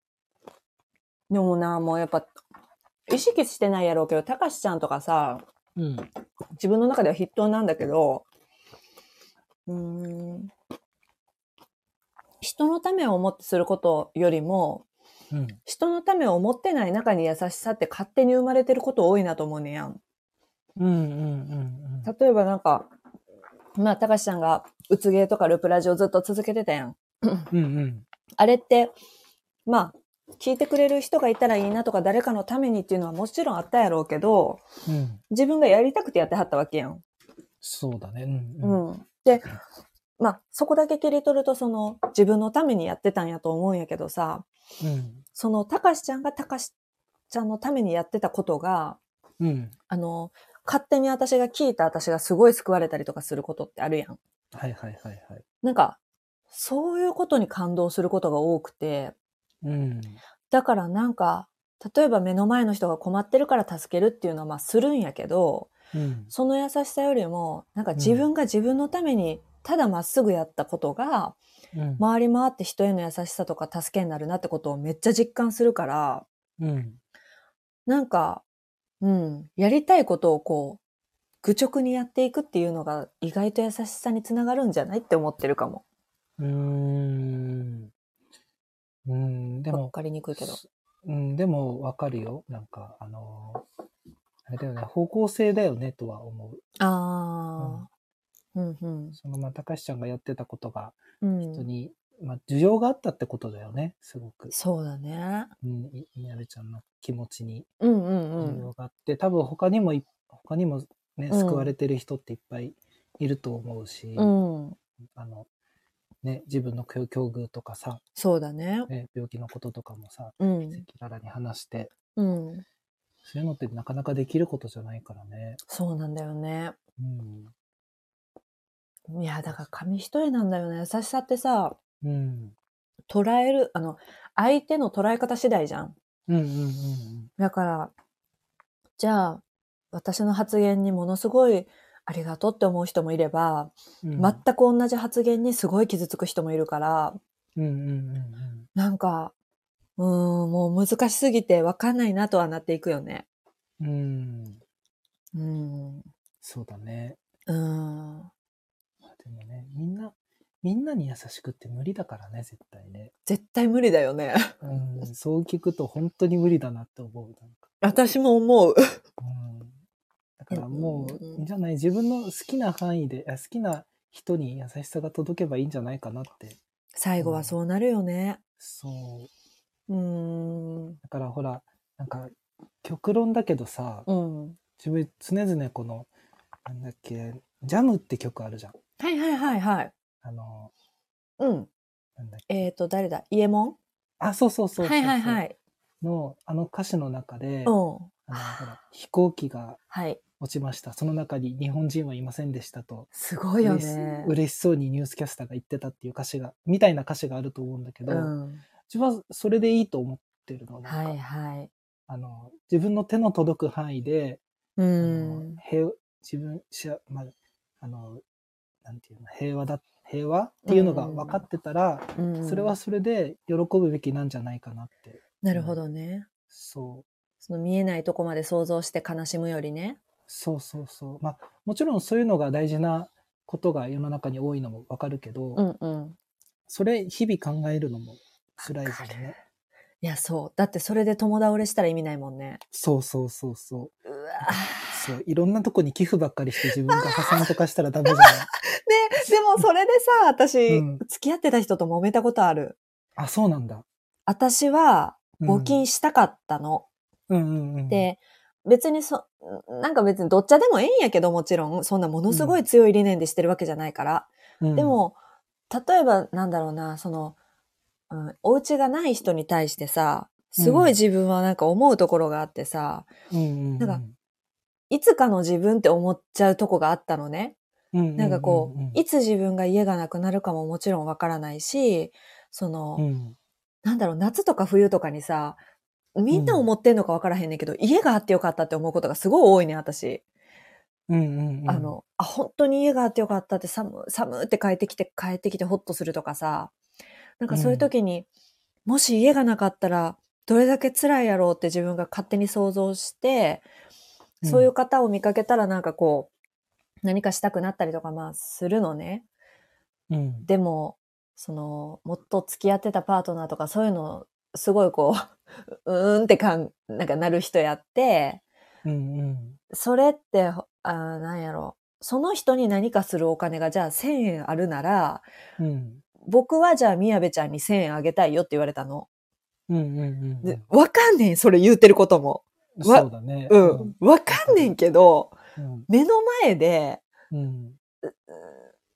でもな、もうやっぱ、意識してないやろうけど、たかしちゃんとかさ、
うん。
自分の中では筆頭なんだけど、うーん。人のためを思ってすることよりも、
うん。
人のためを思ってない中に優しさって勝手に生まれてること多いなと思うねやん。
うんうん
例えばなんか、まあ、たかしちゃんが、うつ芸とかルプラジをずっと続けてたやん。
うん。うんうん。
あれって、まあ、聞いてくれる人がいたらいいなとか、誰かのためにっていうのはもちろんあったやろうけど、
うん。
自分がやりたくてやってはったわけやん。
そうだね。うん
う。ん。で、まあ、そこだけ切り取ると、その、自分のためにやってたんやと思うんやけどさ、
うん。
その、たかしちゃんがたかしちゃんのためにやってたことが、
うん。
あの、勝手に私が聞いた私がすごい救われたりとかすることってあるやん。
はいはいはいはい。
なんか、そういうことに感動することが多くて、
うん。
だからなんか、例えば目の前の人が困ってるから助けるっていうのはまあするんやけど、
うん。
その優しさよりも、なんか自分が自分のためにただまっすぐやったことが、
うん。
回り回って人への優しさとか助けになるなってことをめっちゃ実感するから、
うん。
なんか、うん、やりたいことをこう、愚直にやっていくっていうのが意外と優しさにつながるんじゃないって思ってるかも。
うーん。うん。で
わ
も、
かりにくいけど。
うん、でもわかるよ。なんか、あのーあれだよね、方向性だよねとは思う。
ああ、うん、うん、
その、まあ、高橋ちゃんがやってたことが、
うん。
人に、まあ、需要があったってことだよね、すごく。
そうだね。
うん、い宮部ちゃんの気持ちに
うんうんう
需
ん。
要があって、多分他にもい、他にもね、
うん
救われてる人っていっぱいいると思うし、
うん。
あの、ね、自分の境境遇とかさ、
そうだね。
ね、病気のこととかもさ、
うん。
赤裸々に話して、
うん。
そういうのってなかなかできることじゃないからね。
そうなんだよね。
うん。
いや、だから紙一重なんだよね。優しさってさ、
うん。
捉える、あの、相手の捉え方次第じゃん。
うんうんうん
だから、じゃあ、私の発言にものすごいありがとうって思う人もいれば、
うん。
全く同じ発言にすごい傷つく人もいるから、
うんうんうんうん。
なんか、うーん、もう難しすぎてわかんないなとはなっていくよね。
うん。
うん。う
そうだね。
ーん。
まあでもね、みんな、みんなに優しくって無理だからね、絶対ね。
絶対無理だよ <laughs> ね。
うん。そう聞くと本当に無理だなって思う。なんか
私も思う。
うん。だから
う
も
ん
う、
うんうん
いいんじゃない自分の好きな範囲で、あ好きな人に優しさが届けばいいんじゃないかなって。
最後はそうなるよね。
そう。
うーん。
だからほら、なんか、極論だけどさ、
うん。
自分常々この、なんだっけ、ジャムって曲あるじゃん。
はいはいはいはい。
あの、
うん。
なんだっけ。
えっ、と、誰だイエモ
あ、そうそうそ
ン
うそうそう。
はいはいはい。
の、あの歌詞の中
うん
で、あの。ほら飛行機が
はい。
落ちました。その中に日本人はいませんでしたと。
すごいよ
嬉し
ね。
嬉しそうにニュースキャスターが言ってたっていう歌詞が、みたいな歌詞があると思うんだけど、
うん。
自分はそれでいいと思ってるの。なん
は
か
いはい。
あの自分の手の届く範囲で、
う
あの
ん。
平自分しあまあ、あのなんていうの平和だ平和っていうのが分かってたら、
うん
それはそれで喜ぶべきなんじゃないかなって
なるほどね。
そう
その見えないとこまで想像して悲しむよりね。
そうそうそうまあもちろんそういうのが大事なことが世の中に多いのも分かるけど、
うんうん。
それ日々考えるのも辛いじゃん
わかる
ね
いや、そう。だってそれで友倒れしたら意味ないもん <laughs> ね。
そうそうそうそう
うわ
そういろんなとこに寄付ばっかりして自分が破産とかしたらダメじ
<laughs>
ゃない
で、でもそれで <laughs> さ、私、
うん
付き合ってた人と揉めたことある。
あそうなんだ、
私は、
うん
募金したかったの。
うんうんうん、
で、別にそ、なんか別にどっちでもええんやけどもちろん、そんなものすごい強い理念でしてるわけじゃないから。
うん
でも、例えばなんだろうな、その、うん、お家がない人に対してさ、すごい自分はなんか思うところがあってさ、
うん
なんかいつかの自分って思っちゃうとこがあったのね。な
なん
かこう、いつ
つ、
自分が家がなくなるかももちろんわからないし、その、
うん
なんだろう、夏とか冬とかにさ、みんな思ってんのかわからへんねんけど、家があってよかったって思うことがすごい多いね、私。
うんうんうん、
あ、の、あ、本当に家があってよかったって寒、寒って帰ってきて、帰ってきてホッとするとかさ、なんかそういう時に、もし家がなかったら、どれだけ辛いやろうって自分が勝手に想像して、そういう方を見かけたらなんかこう、何かしたくなったりとかまあするのね。
うん、
でも、その、もっと付き合ってたパートナーとかそういうの、すごいこう、 <laughs> うーんって感、なんかなる人やって、
うんうん、
それって、ほあーなんやろ。その人に何かするお金がじゃあ1000円あるなら、
うん、
僕はじゃあ宮部ちゃんに1000円あげたいよって言われたの。
うんうんうん、
でわかんねん、それ言うてることも。わ
そうだね。
うん。わかんねんけど、
うん、
目の前で、
うん、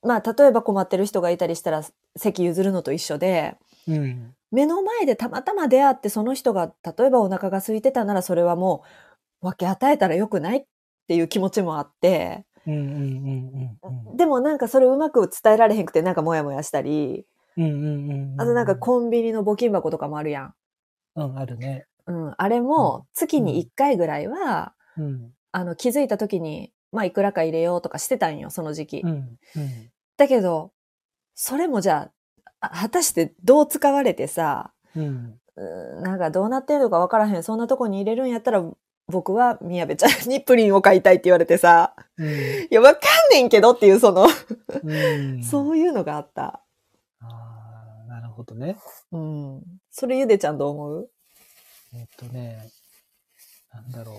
まあ例えば困ってる人がいたりしたら席譲るのと一緒で、
うん、
目の前でたまたま出会ってその人が例えばお腹が空いてたならそれはもう分け与えたらよくないっっていう気持ちもあって、
うんうんうんうん
でもなんかそれうまく伝えられへんくてなんかモヤモヤしたり、
うん。うんうんうんうん。
あとなんかコンビニの募金箱とかもあるやん。
うん、あるね。
うん、あれも月に1回ぐらいは、
うん。
あの気づいた時に、まあいくらか入れようとかしてたんよ、その時期。
うん。うん。
だけど、それもじゃあ、あ果たしてどう使われてさ、
うん。
うーんなんかどうなってんのかわからへん、そんなとこに入れるんやったら、僕は宮部ちゃんにプリンを買いたいって言われてさ、
うん
いや、わかんねんけどっていうその、
うん。
そういうのがあった。
ああ、なるほどね。
うん。それゆでちゃんどう思う
えっとね、なんだろう。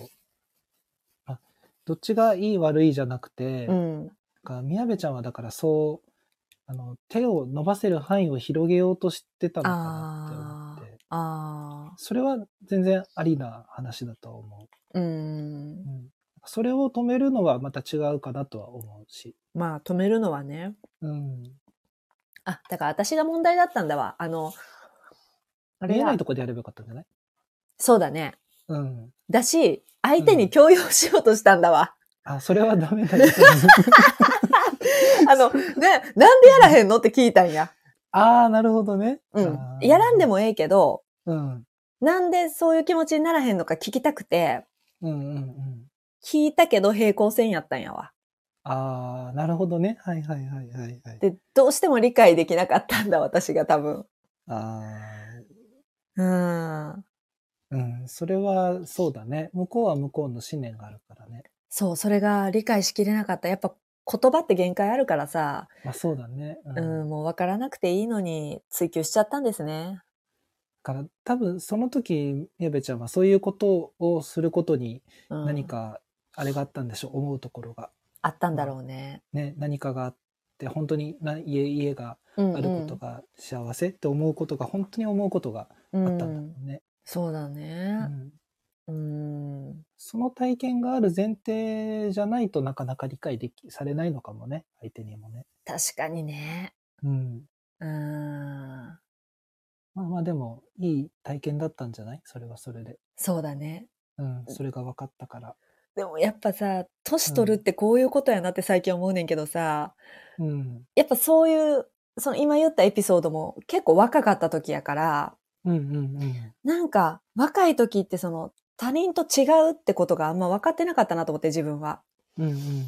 あ、どっちがいい悪いじゃなくて、
うん。
か宮部ちゃんはだからそう、あの、手を伸ばせる範囲を広げようとしてたのかなって思って、
あ
それは全然ありな話だと思
あ。うん
う。う。ん。それを止めるのはまた違うかなとは思うし。
まあ、止めるのはね。
うん。
あ、だから私が問題だったんだわ。あの、あ
見え
や
ないとこでやればよかったんじゃない
そうだね。
うん。
だし、相手に強要しようとしたんだわ。
あ、それはダ
<laughs>
メだよ。
あの、ね、なんでやらへんのって聞いたんや。
ああ、なるほどね。
うん。やらんで
も。
もええけど、
うん。
なんでそういう気持ちにならへんのか聞きたくて、
うんうんうん。
聞いたけど平行線やったんやわ。
ああ、なるほどね。はいはいはいはい、はい。
で、どうしても理解できなかったんだ、 <laughs> 私が多分。
あ
うーん。
あ、うん。それはそうだね。向こうは向こうの信念があるからね。
そう、それが理解しきれなかった。やっぱ言葉って限界あるからさ、
まあそうだね。う
うん
だ、
もう分からなくていいのに追求しちゃったんですね。
から多分その時、宮部ちゃんはそういうことをすることに
うん
何かあれがあったんでしょう。思うところが。
あったんだろうね。
ね。何かがあって、本当にな家、家が
うん
あることが幸せって思うことが、本当に思うことが
う
あ
ん
ったんだろ
う
うんね。
そうだ
う
ね。
ん
うん。
その体験がある前提じゃないとなかなか理解でき、されないのかもね。相手にもね。
確かにね。
うん。
うん。
まあまあでも、いい体験だったんじゃないそれはそれで。
そうだね。
うん、それが分かったから。
でもやっぱさ、年取るってこういうことやなって最近思うねんけどさ、
うん。
やっぱそういう、その今言ったエピソードも結構若かった時やから、
うんうん
なんか若い時ってその他人と違うってことがあんま分かってなかったなと思って自分は。
うん。うんうん。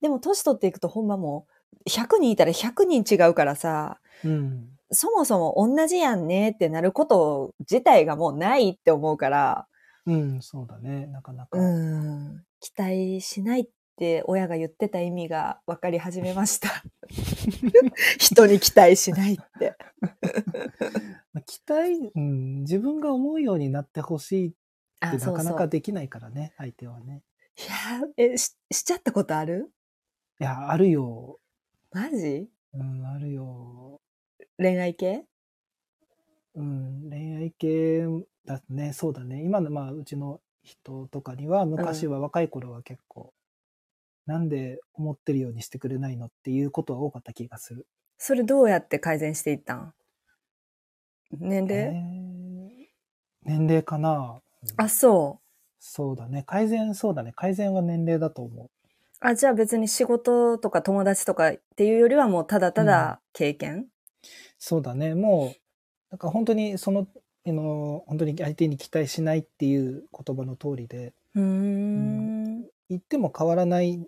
でも年取っていくとほんまもう100人いたら100人違うからさ、
うん。
そもそも同じやんねってなること自体がもうないって思うから、
うん、そうだね。なかなか。
うん、期待しないって親が言ってた意味が分かり始めま <laughs> した。人に期待し <laughs> ないって。
まあ期待、うん、自分が思うようになってほしいっ
あ
てな
そう
か
そ
な
う。
かできないからね、相手はね。
いや、え、ししちゃったことある
いや、あるよ。
マジ
うん、あるよ。
恋愛系
うん、恋愛系だね、そうだね。今の、まあ、うちの人とかには、昔は若い頃は結構、なんで思ってるようにしてくれないのっていうことは多かった気がする。
それどうやって改善していったん年齢、
えー年齢かな
あ、そ
そうだね。改善、そうだね。改善は年齢だと思
う。あ、じゃあ別に仕事とか友達とかっていうよりはもうただただ経験、
う。そうだね。もう、なんか本当にその、あの本当に相手に期待しないっていう言葉の通りで、
うーん。
言っても変わらない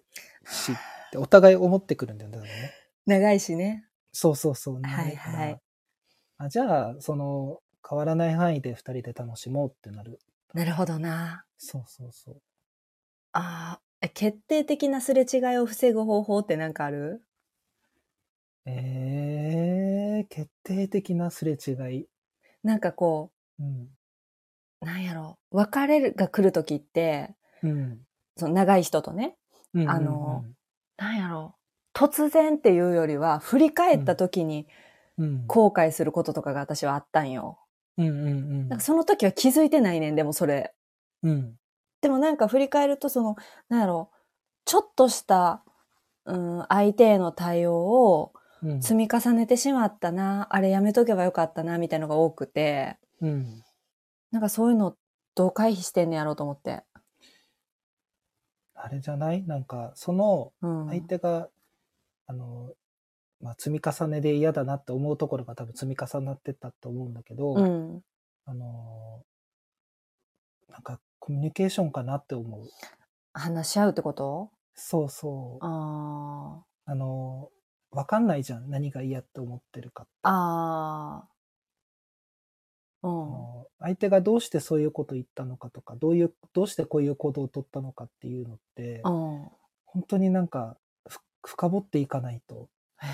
しってお互い思ってくるんだよね。
長いしね。
そうそうそう。年齢
はいはい
からあじゃあ、その、変わらない範囲で二人で楽しもうってなる。
なるほどな。
そうそうそう。
あーえ決定的なすれ違いを防ぐ方法ってなんかある
えー、決定的なすれ違い。
なんかこ
うん。
う、なんやろ、別れが来る時って、
うん。
その長い人とね、
うん
あの、なんやろ、突然っていうよりは、振り返った時に
うんうん、
後悔することとかが私はあったんよ。
うんうんうん
なんかその時は気づいてないねん、でもそれ。
うん
でもなんか振り返ると、その、なんやろ、ちょっとした、うん、相手への対応を
うん
積み重ねてしまったな、あれやめとけばよかったな、みたいのが多くて、
うん
なんかそういうのどう回避してんねやろうと思って。
あれじゃないなんか、その
うん
相手が、あの、まあ、積み重ねで嫌だなって思うところが多分積み重なってったと思うんだけど、
うん。
あの、なんかコミュニケーションかなって思う。
話し合うってこと
そうそう。あ
あ
の、わかんないじゃん。何が嫌って思ってるか。
あ。ああ。うん
あ。の相手がどうしてそういうこと言ったのかとか、どういう、どうしてこういう行動を取ったのかっていうのって、
うん。
本当になんかふ深掘っていかないと
えー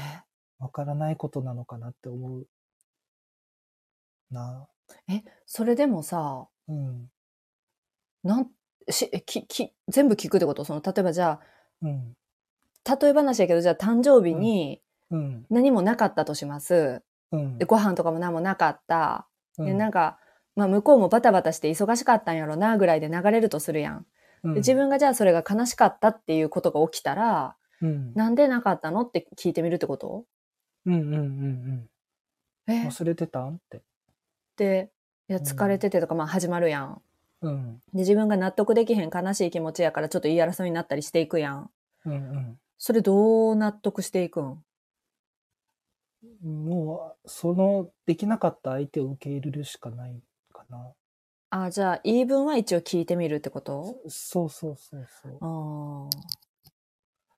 わからないことなのかなって思うな。
え、それでもさ、
うん。
なん、し、えき、き、全部聞くってことその、例えばじゃ
うん。
あ、例え話やけど、じゃあ誕生日に
うん。
何もなかったとします。
うん
で、。ご飯とかも何もなかった。
う
で、
ん
なんか、まあ、向こうもバタバタして忙しかったんやろな、ぐらいで流れるとするやん。
うん
で自分がじゃあそれが悲しかったっていうことが起きたら、
うん。
なんでなかったのって聞いてみるってこと
うんうんうんうん。
え
忘れてたんって。
で、いや、
うん
疲れててとか、まあ、始まるやん。
うん。
で、自分が納得できへん悲しい気持ちやから、ちょっと言い争いになったりしていくやん。
うん
それどう納得していくん
うん。もう、その、できなかった相手を受け入れるしかないかな。
あ、じゃあ、言い分は一応聞いてみるってこと
そうそうそうそう。
ああ。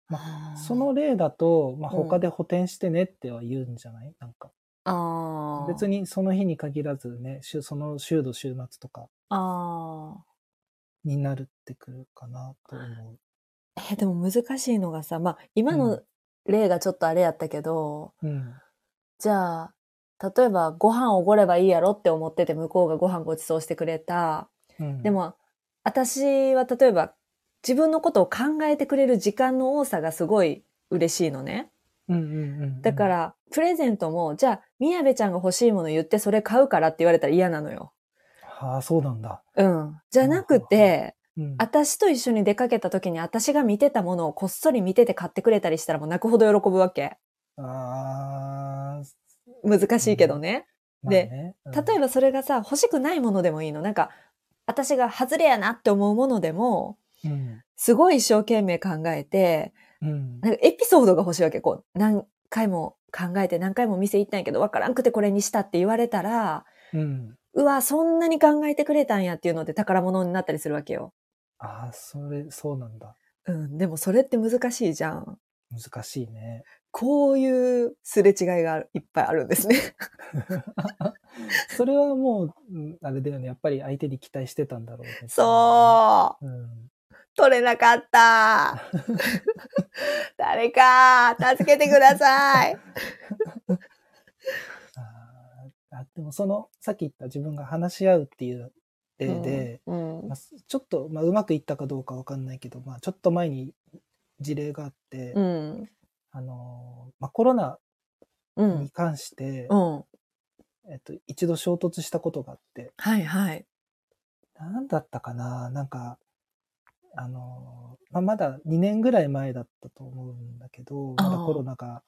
ま
そ、の例だと、まあ、他で補填してねっては言うんじゃない、なんか。
ああ。
別
に。
にその日に限らずね、週その週の週末とか
ああ。
になるってくるかなと思う。
えーでも難しいのがさ、まあ、今
う
の
ん
例がちょっとあれやったけど、
うん。
じゃあ、例えばご飯おごればいいやろって思ってて向こうがご飯ごちそうしてくれた。
うん、
で、も、私は例えば自分のことを考えてくれる時間の多さがすごい嬉しいのね。
うんうんうん、
だか、ら、プレゼントも、じゃあ、宮部ちゃんが欲しいもの言ってそれ買うからって言われたら嫌なのよ。
はあ、そうなんだ。
うん。じゃなくて、
うん、
私と一緒に出かけた時に私が見てたものをこっそり見てて買ってくれたりしたらもう泣くほど喜ぶわけ。
あー
難しいけどね。
まあ
で
ね、うん
例えばそれがさ、欲しくないものでもいいの。なんか、私が外れやなって思うものでも、
うん
すごい一生懸命考えて、
うん
なんかエピソードが欲しいわけ。こう、何回も考えて何回も店行ったんやけど、わからんくてこれにしたって言われたら、
うん、
うわ、そんなに考えてくれたんやっていうので宝物になったりするわけよ。
ああそれそうなんだ
うん、でもそれって難しいじゃん。
難しいね
こういうすれ違いがあるいっぱいあるんですね。
それはもううんあれだよねやっぱり相手に期待してたんだろうね、
そう
うん、
う取れなかった
<laughs>
誰か助けてくださ
<laughs>
い
あーあでもそのさっき言った自分が話し合うっていう例で、
うんうん
まあ、すちょっと、まあ、うまくいったかどうかわかんないけど、まあ、ちょっと前に事例があって、
うん
あのーまあ、コロナ
うん
に関して、
うん
えっと、一度衝突したことがあって
はいはい
何だったかななんか、あのーまあ、まだ2年ぐらい前だったと思うんだけどまだ
あー
コロナが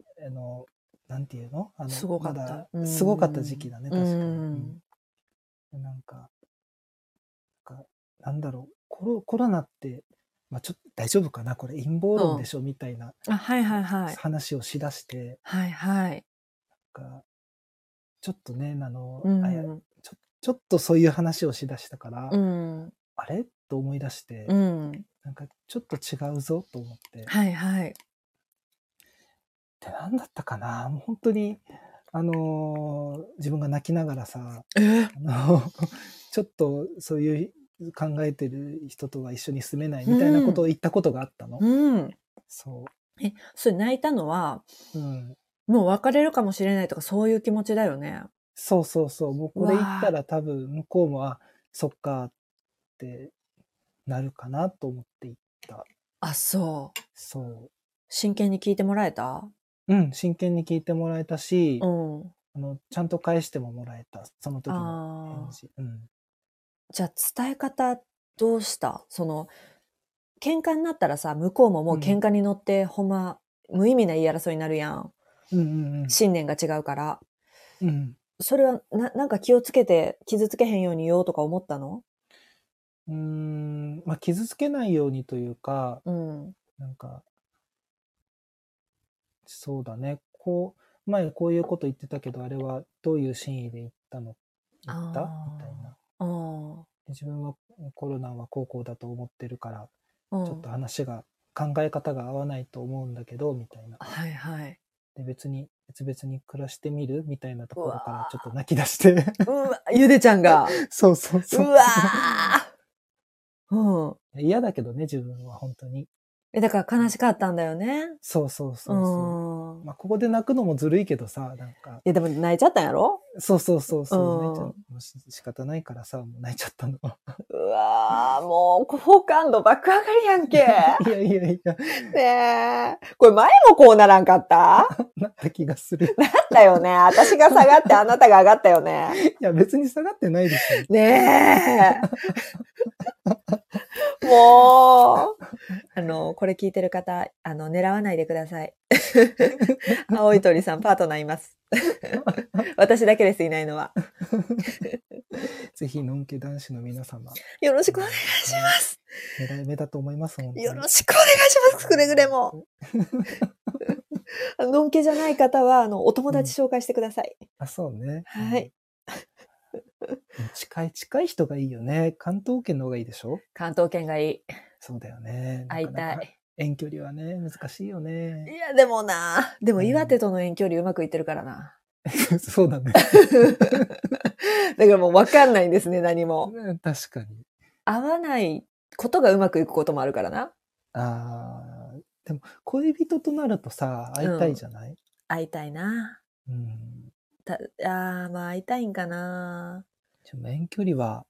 あのなんていうのあの
すごかった
ま
うん
だすごかった時期だね確かに。
うん
うんなんかなんかなんだろうコロコロナって、まあ、ちょっと大丈夫かなこれ陰謀論でしょ、みたいな
あはいはいはい
話をしだして、
はいはい
なんかちょっとねあの、
う
あや
ん
ちょっとそういう話をしだしたから、
うん
あれと思い出して、
うん
なんかちょっと違うぞと思って、
はいはい
で何だったかなもう本当にあのー自分が泣きながらさ、
え
あの <laughs> ちょっとそういう考えてる人とは一緒に住めないみたいなことを言ったことがあったの。
うん
そ
えそれ泣いたのは
う、うん、
もう別れるかもしれないとかそういう気持ちだよね。
そうそうそうもうこれ
うわ
言
ー
ったら多分向こうもあそっかってなるかなと思っていった。
あ、そう。
そ
真剣に聞いてもらえた
う、うん、真剣に聞いてもらえたし、
うん。
あのちゃんと返してももらえたその時の
あ
返
あ。
事。うん
じゃあ伝え方どうしたその、喧嘩になったらさ、向こうももう喧嘩に乗って、ほんま、無意味な言い争いになるやん。
うんうん
信念が違うから。
うんうん
それはな、なんか気をつけて、傷つけへんように言おうとか思ったの
うーん、まあ、傷つけないようにというか、
うん。
なんか、そうだね。こう、前こういうこと言ってたけど、あれはどういう真意で言ったの言った
あー
みたいな。
ああ。
自分はコロナは高校だと思ってるから、
うん
ちょっと話が、考え方が合わないと思うんだけど、みたいな。
はいはい。
で、別に、別々に暮らしてみるみたいなところか
うわ
ら
ー
ちょっと泣き出して。 <laughs>
うわ、 <laughs> ゆでちゃんが。
そうそう
う
そう。
わーうん。
嫌だけどね、自分は本当に。
え、だから悲しかったんだよね。
そうそうそううそう。
ん。い
まあ、ここで泣くのもずるいけどさ、なんか、
や、でも泣いちゃったんやろ
そうそうそうそう、
うん
泣いちゃうもうし仕方ないからさ、もう泣いちゃったの。
うわー、もう、好感度爆上がりやんけ。
<laughs> いやいやいや、
ねえ。これ前もこうならんかった
なった気が
<laughs>
する。
だったよね。私が下がってあなたが上がったよね。
いや、別に下がってないでし
ねえ。もう。あの、これ聞いてる方、あの、狙わないでください。 <laughs> 青い鳥さん、パートナーいます。 <laughs> 私だけです、いないのは。
ょ。ぜひ、のんけ男子の皆様、
よろしくお願いします。
狙い目だと思います、本当に。
よろしくお願いします。くれぐれも。。 <laughs> あののんけじゃない方は、あの、お友達紹介してください。
あ、そうね。
はい
うん。近い、近い人がいいよね。関東圏の方がいいでしょ
関東圏がいい。
そうだよね。
会い
な
た
かなか
い。
遠距離はね、難しいよ
い
ね。
や、でもな、でも
うん
岩手との遠距離うまくいってるからな。
<laughs> そう
<laughs>
だね。
だからもうわかんないんですね、何も。
うん確かに。
合わないことがうまくいくこともあるからな。
ああ、でも恋人となるとさ、会いたいじゃない、
会いたいな。
うん、
たあーまあ会いたいんかな。
ちょ遠距離は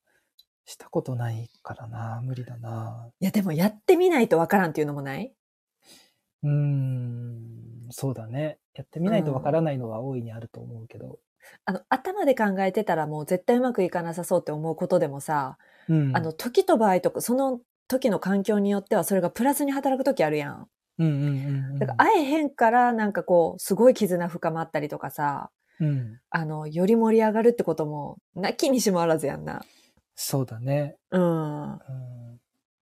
したことないからな、無理だな。
いや、でもやってみないとわからんっていうのもない
うん、そうだね。やってみないとわからないのは大いにあると思うけど。
あの、頭で考えてたらもう絶対うまくいかなさそうって思うことでもさ、
うん。
あの、、時と場合とか、その時の環境によってはそれがプラスに働く時あるやん。
うんうんうん、うん。
だから会えへんからなんかこう、すごい絆深まったりとかさ、
うん。
あの、より盛り上がるってことも、なきにしもあらずやんな。
そうだね。
うん。
うん、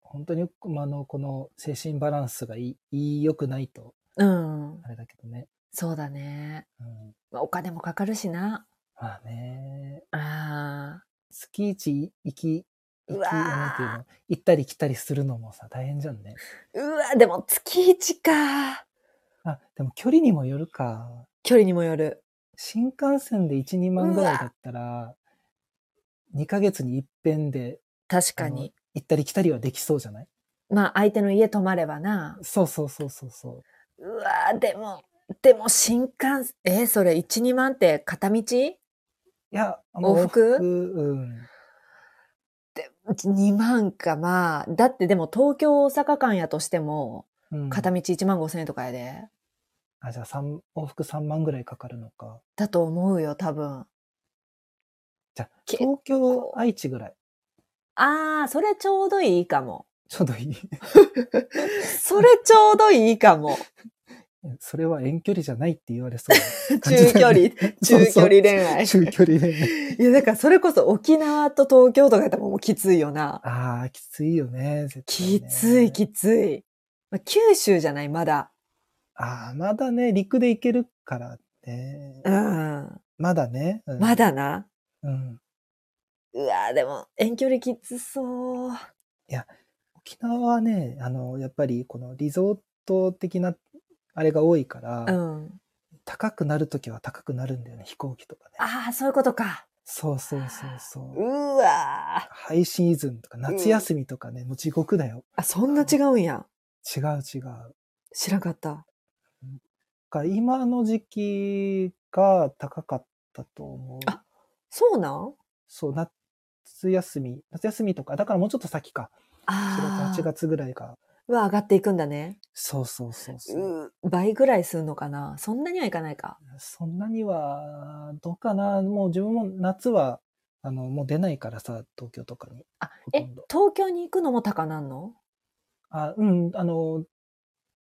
本当に、まああの、この精神バランスがいい、いい良くないと、
うん。
あれだけどね。
そうだね。
うん、
まあお金もかかるしな。
まあね、
ああ。
月一行き、行
う
き、
わー
なんていうの、行ったり来たりするのもさ、大変じゃんね。
うわ、でも月一か。
あ、でも距離にもよるか。
距離にもよる。
新幹線で1、2万ぐらいだったら、2ヶ月に一遍で
確かに。
行ったり来たりはできそうじゃない
まあ、相手の家泊まればな。
そうそうそうそうそう
わ、でも、でも新幹線、えーそれ1、2万って片道
う。いや、あ
往復
うん。
?2 万か、まあ。だってでも東京大阪間やとしても、
うん、
片道1万5千円とかやで。
あ、じゃあ三往復3万ぐらいかかるのか。
だと思うよ、多分。
じゃあ、
結
東京、愛知ぐらい。
ああ、それちょうどいいかも。
ちょうどいい。
<laughs> それちょうどいいかも。
それは遠距離じゃないって言われそうな
<laughs>
感
中
じ
距
だよ
離
<laughs> ね。、
中距離恋愛。
中距離ね。
いや、だからそれこそ沖縄と東京とかやったらもうきついよな。
ああ、きついよね。絶対ね
きつい、きつい。まあ九州じゃない、まだ。
ああ、まだね、陸で行けるからね。
うん。
まだね。うん
ま。だな。
うん。
うわーでも遠距離きつそう。
沖縄はね、あの、やっぱりこのリゾート的な、あれが多いから、
うん。
高くなるときは高くなるんだよね、飛行機とかね。
ああ、そういうことか。
そうそうそうそうう。
わー
ハイシーズンとか、夏休みとかね、もう地獄だよ。
あ、そんな違うんや。
違う違う。
知らんかった。
か今の時期が高かったと思う。
あそうなん
そう、夏休み、夏休みとか、だからもうちょっと先か。4
あ
月、8
あ。
月ぐらいが。
は上がっていくんだね。
そうそうそうそう。
う倍ぐらいするのかなそんなにはいかないか。
そんなには、どうかな。もう自分も夏は、あの、もう出ないからさ、東京とかに。
あ
ほ、と
え
んど、
東京に行くのも高なんの
あ、うん、あの、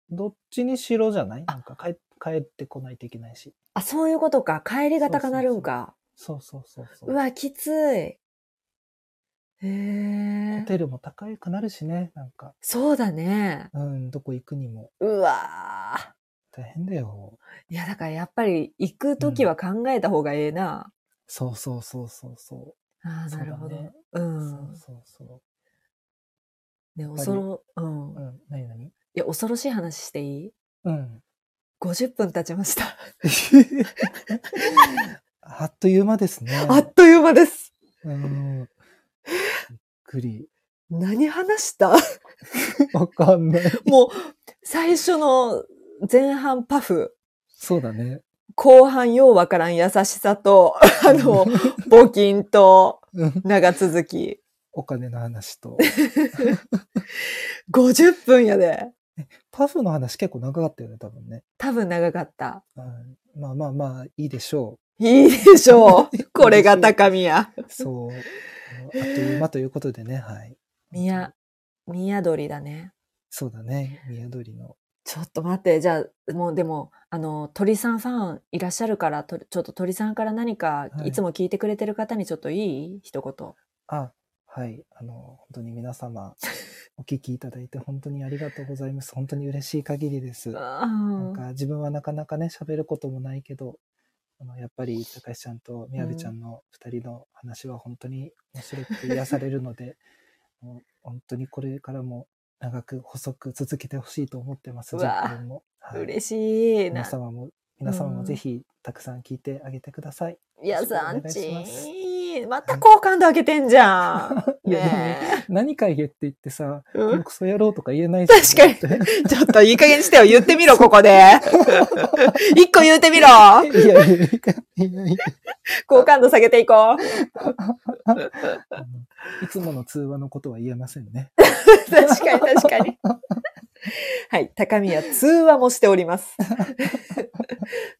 どっちにしろじゃない
あ
なんか帰帰ってこないといけないし。
あ、そういうことか。帰りが高なるんか。
そうそうそうそうう。
わ、きつい。えへえ
ホテルも高くなるしね、なんか。
そうだね。
うん、どこ行くにも
うわー
大変だよ。
いや、だからやっぱり行くときは考えた方がええな。
そうそうそうそうそ
ああ、
そう
な
だね
るほど。う
う。
ん。
そうそうそ
ね、
ぱり
恐ろ、うん
う。う。ん、なになに
いや、恐ろしい話していい
うん。
50分経ちました。
あっという間ですね。
あっという間です。
うん。びっくり。
何話した
<laughs> わかんない。
もう、最初の前半パフ、
そうだね。
後半ようわからん優しさと、あの、募金と
うん
長続き。
お金の話と。
50分やで。
パフの話結構長かったよね、多分ね。
多分長かった。
うん、まあまあまあ、いいでしょ
いいでしょ
<laughs>
う。これが高宮。
う。そう。あのあっという間ということでね、はい。
宮、宮鳥だね。
そうだね。宮鳥の。
ちょっと待って、じゃあ、もうでも、あの、鳥さんファンいらっしゃるから、とちょっと鳥さんから何か、
はい
い、つも聞いてくれてる方にちょっといい一言。
あ、はい。あの、本当に皆様、お聞きいただいて本当にありがとうございます。本当に嬉しい限
<laughs>
りです。な
あ
んか自分はなかなかね、喋ることもないけど、あのやっぱり、高橋ちゃんと宮部ちゃんの二人の話は本当に面白くて癒されるので、もう本当にこれからも長く細く続けてほしいと思ってます。
うわ
自分も。
ー
はい、
嬉しい
皆
な。
様も、皆様
う
も
ん
ぜひたくさん聞いてあげてください。
いや、
よろしくお
さ
願
ん
いします
ち。また好感度上げてんじゃん。
<laughs> いや、
ね
でも何回言って言ってさ、
えう
もうんクソ野郎とか言えない
確か
に。
ちょっといい加減にしてよ。言ってみろ、ここ <laughs> で。一個言ってみろ。
いやいやいやいやい
好感度下げてい <laughs> こう。
やいつもの通話のことは言えませんね。
確かに確かに。はい。高宮、通話もしております。 <laughs>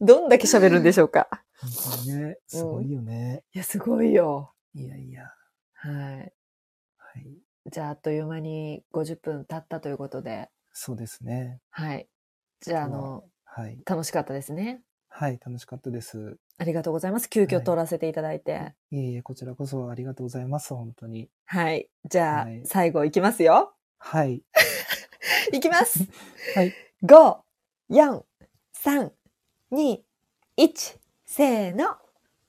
どんだけ喋るんでしょうか。
本当にね、すごいよね。
いや、すごいよ。
いやいや。
はい。
はい。
じゃあ、あっという間に50分経ったということで。
そうですね。
はい。じゃあ、あ
ま
の、
はい。
楽しかったですね。
はい、楽しかったです。
ありがとうございます。急
は
遽
い
撮らせていただいて。
いえいえ、こちらこそありがとうございます、本当に。
はい。じゃあ
は、い
最後いきますよ。
はい。
いきます。
<laughs> はい。
5、4、3、2、1、せーの。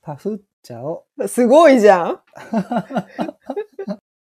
パフッチャオ。
すごいじゃん。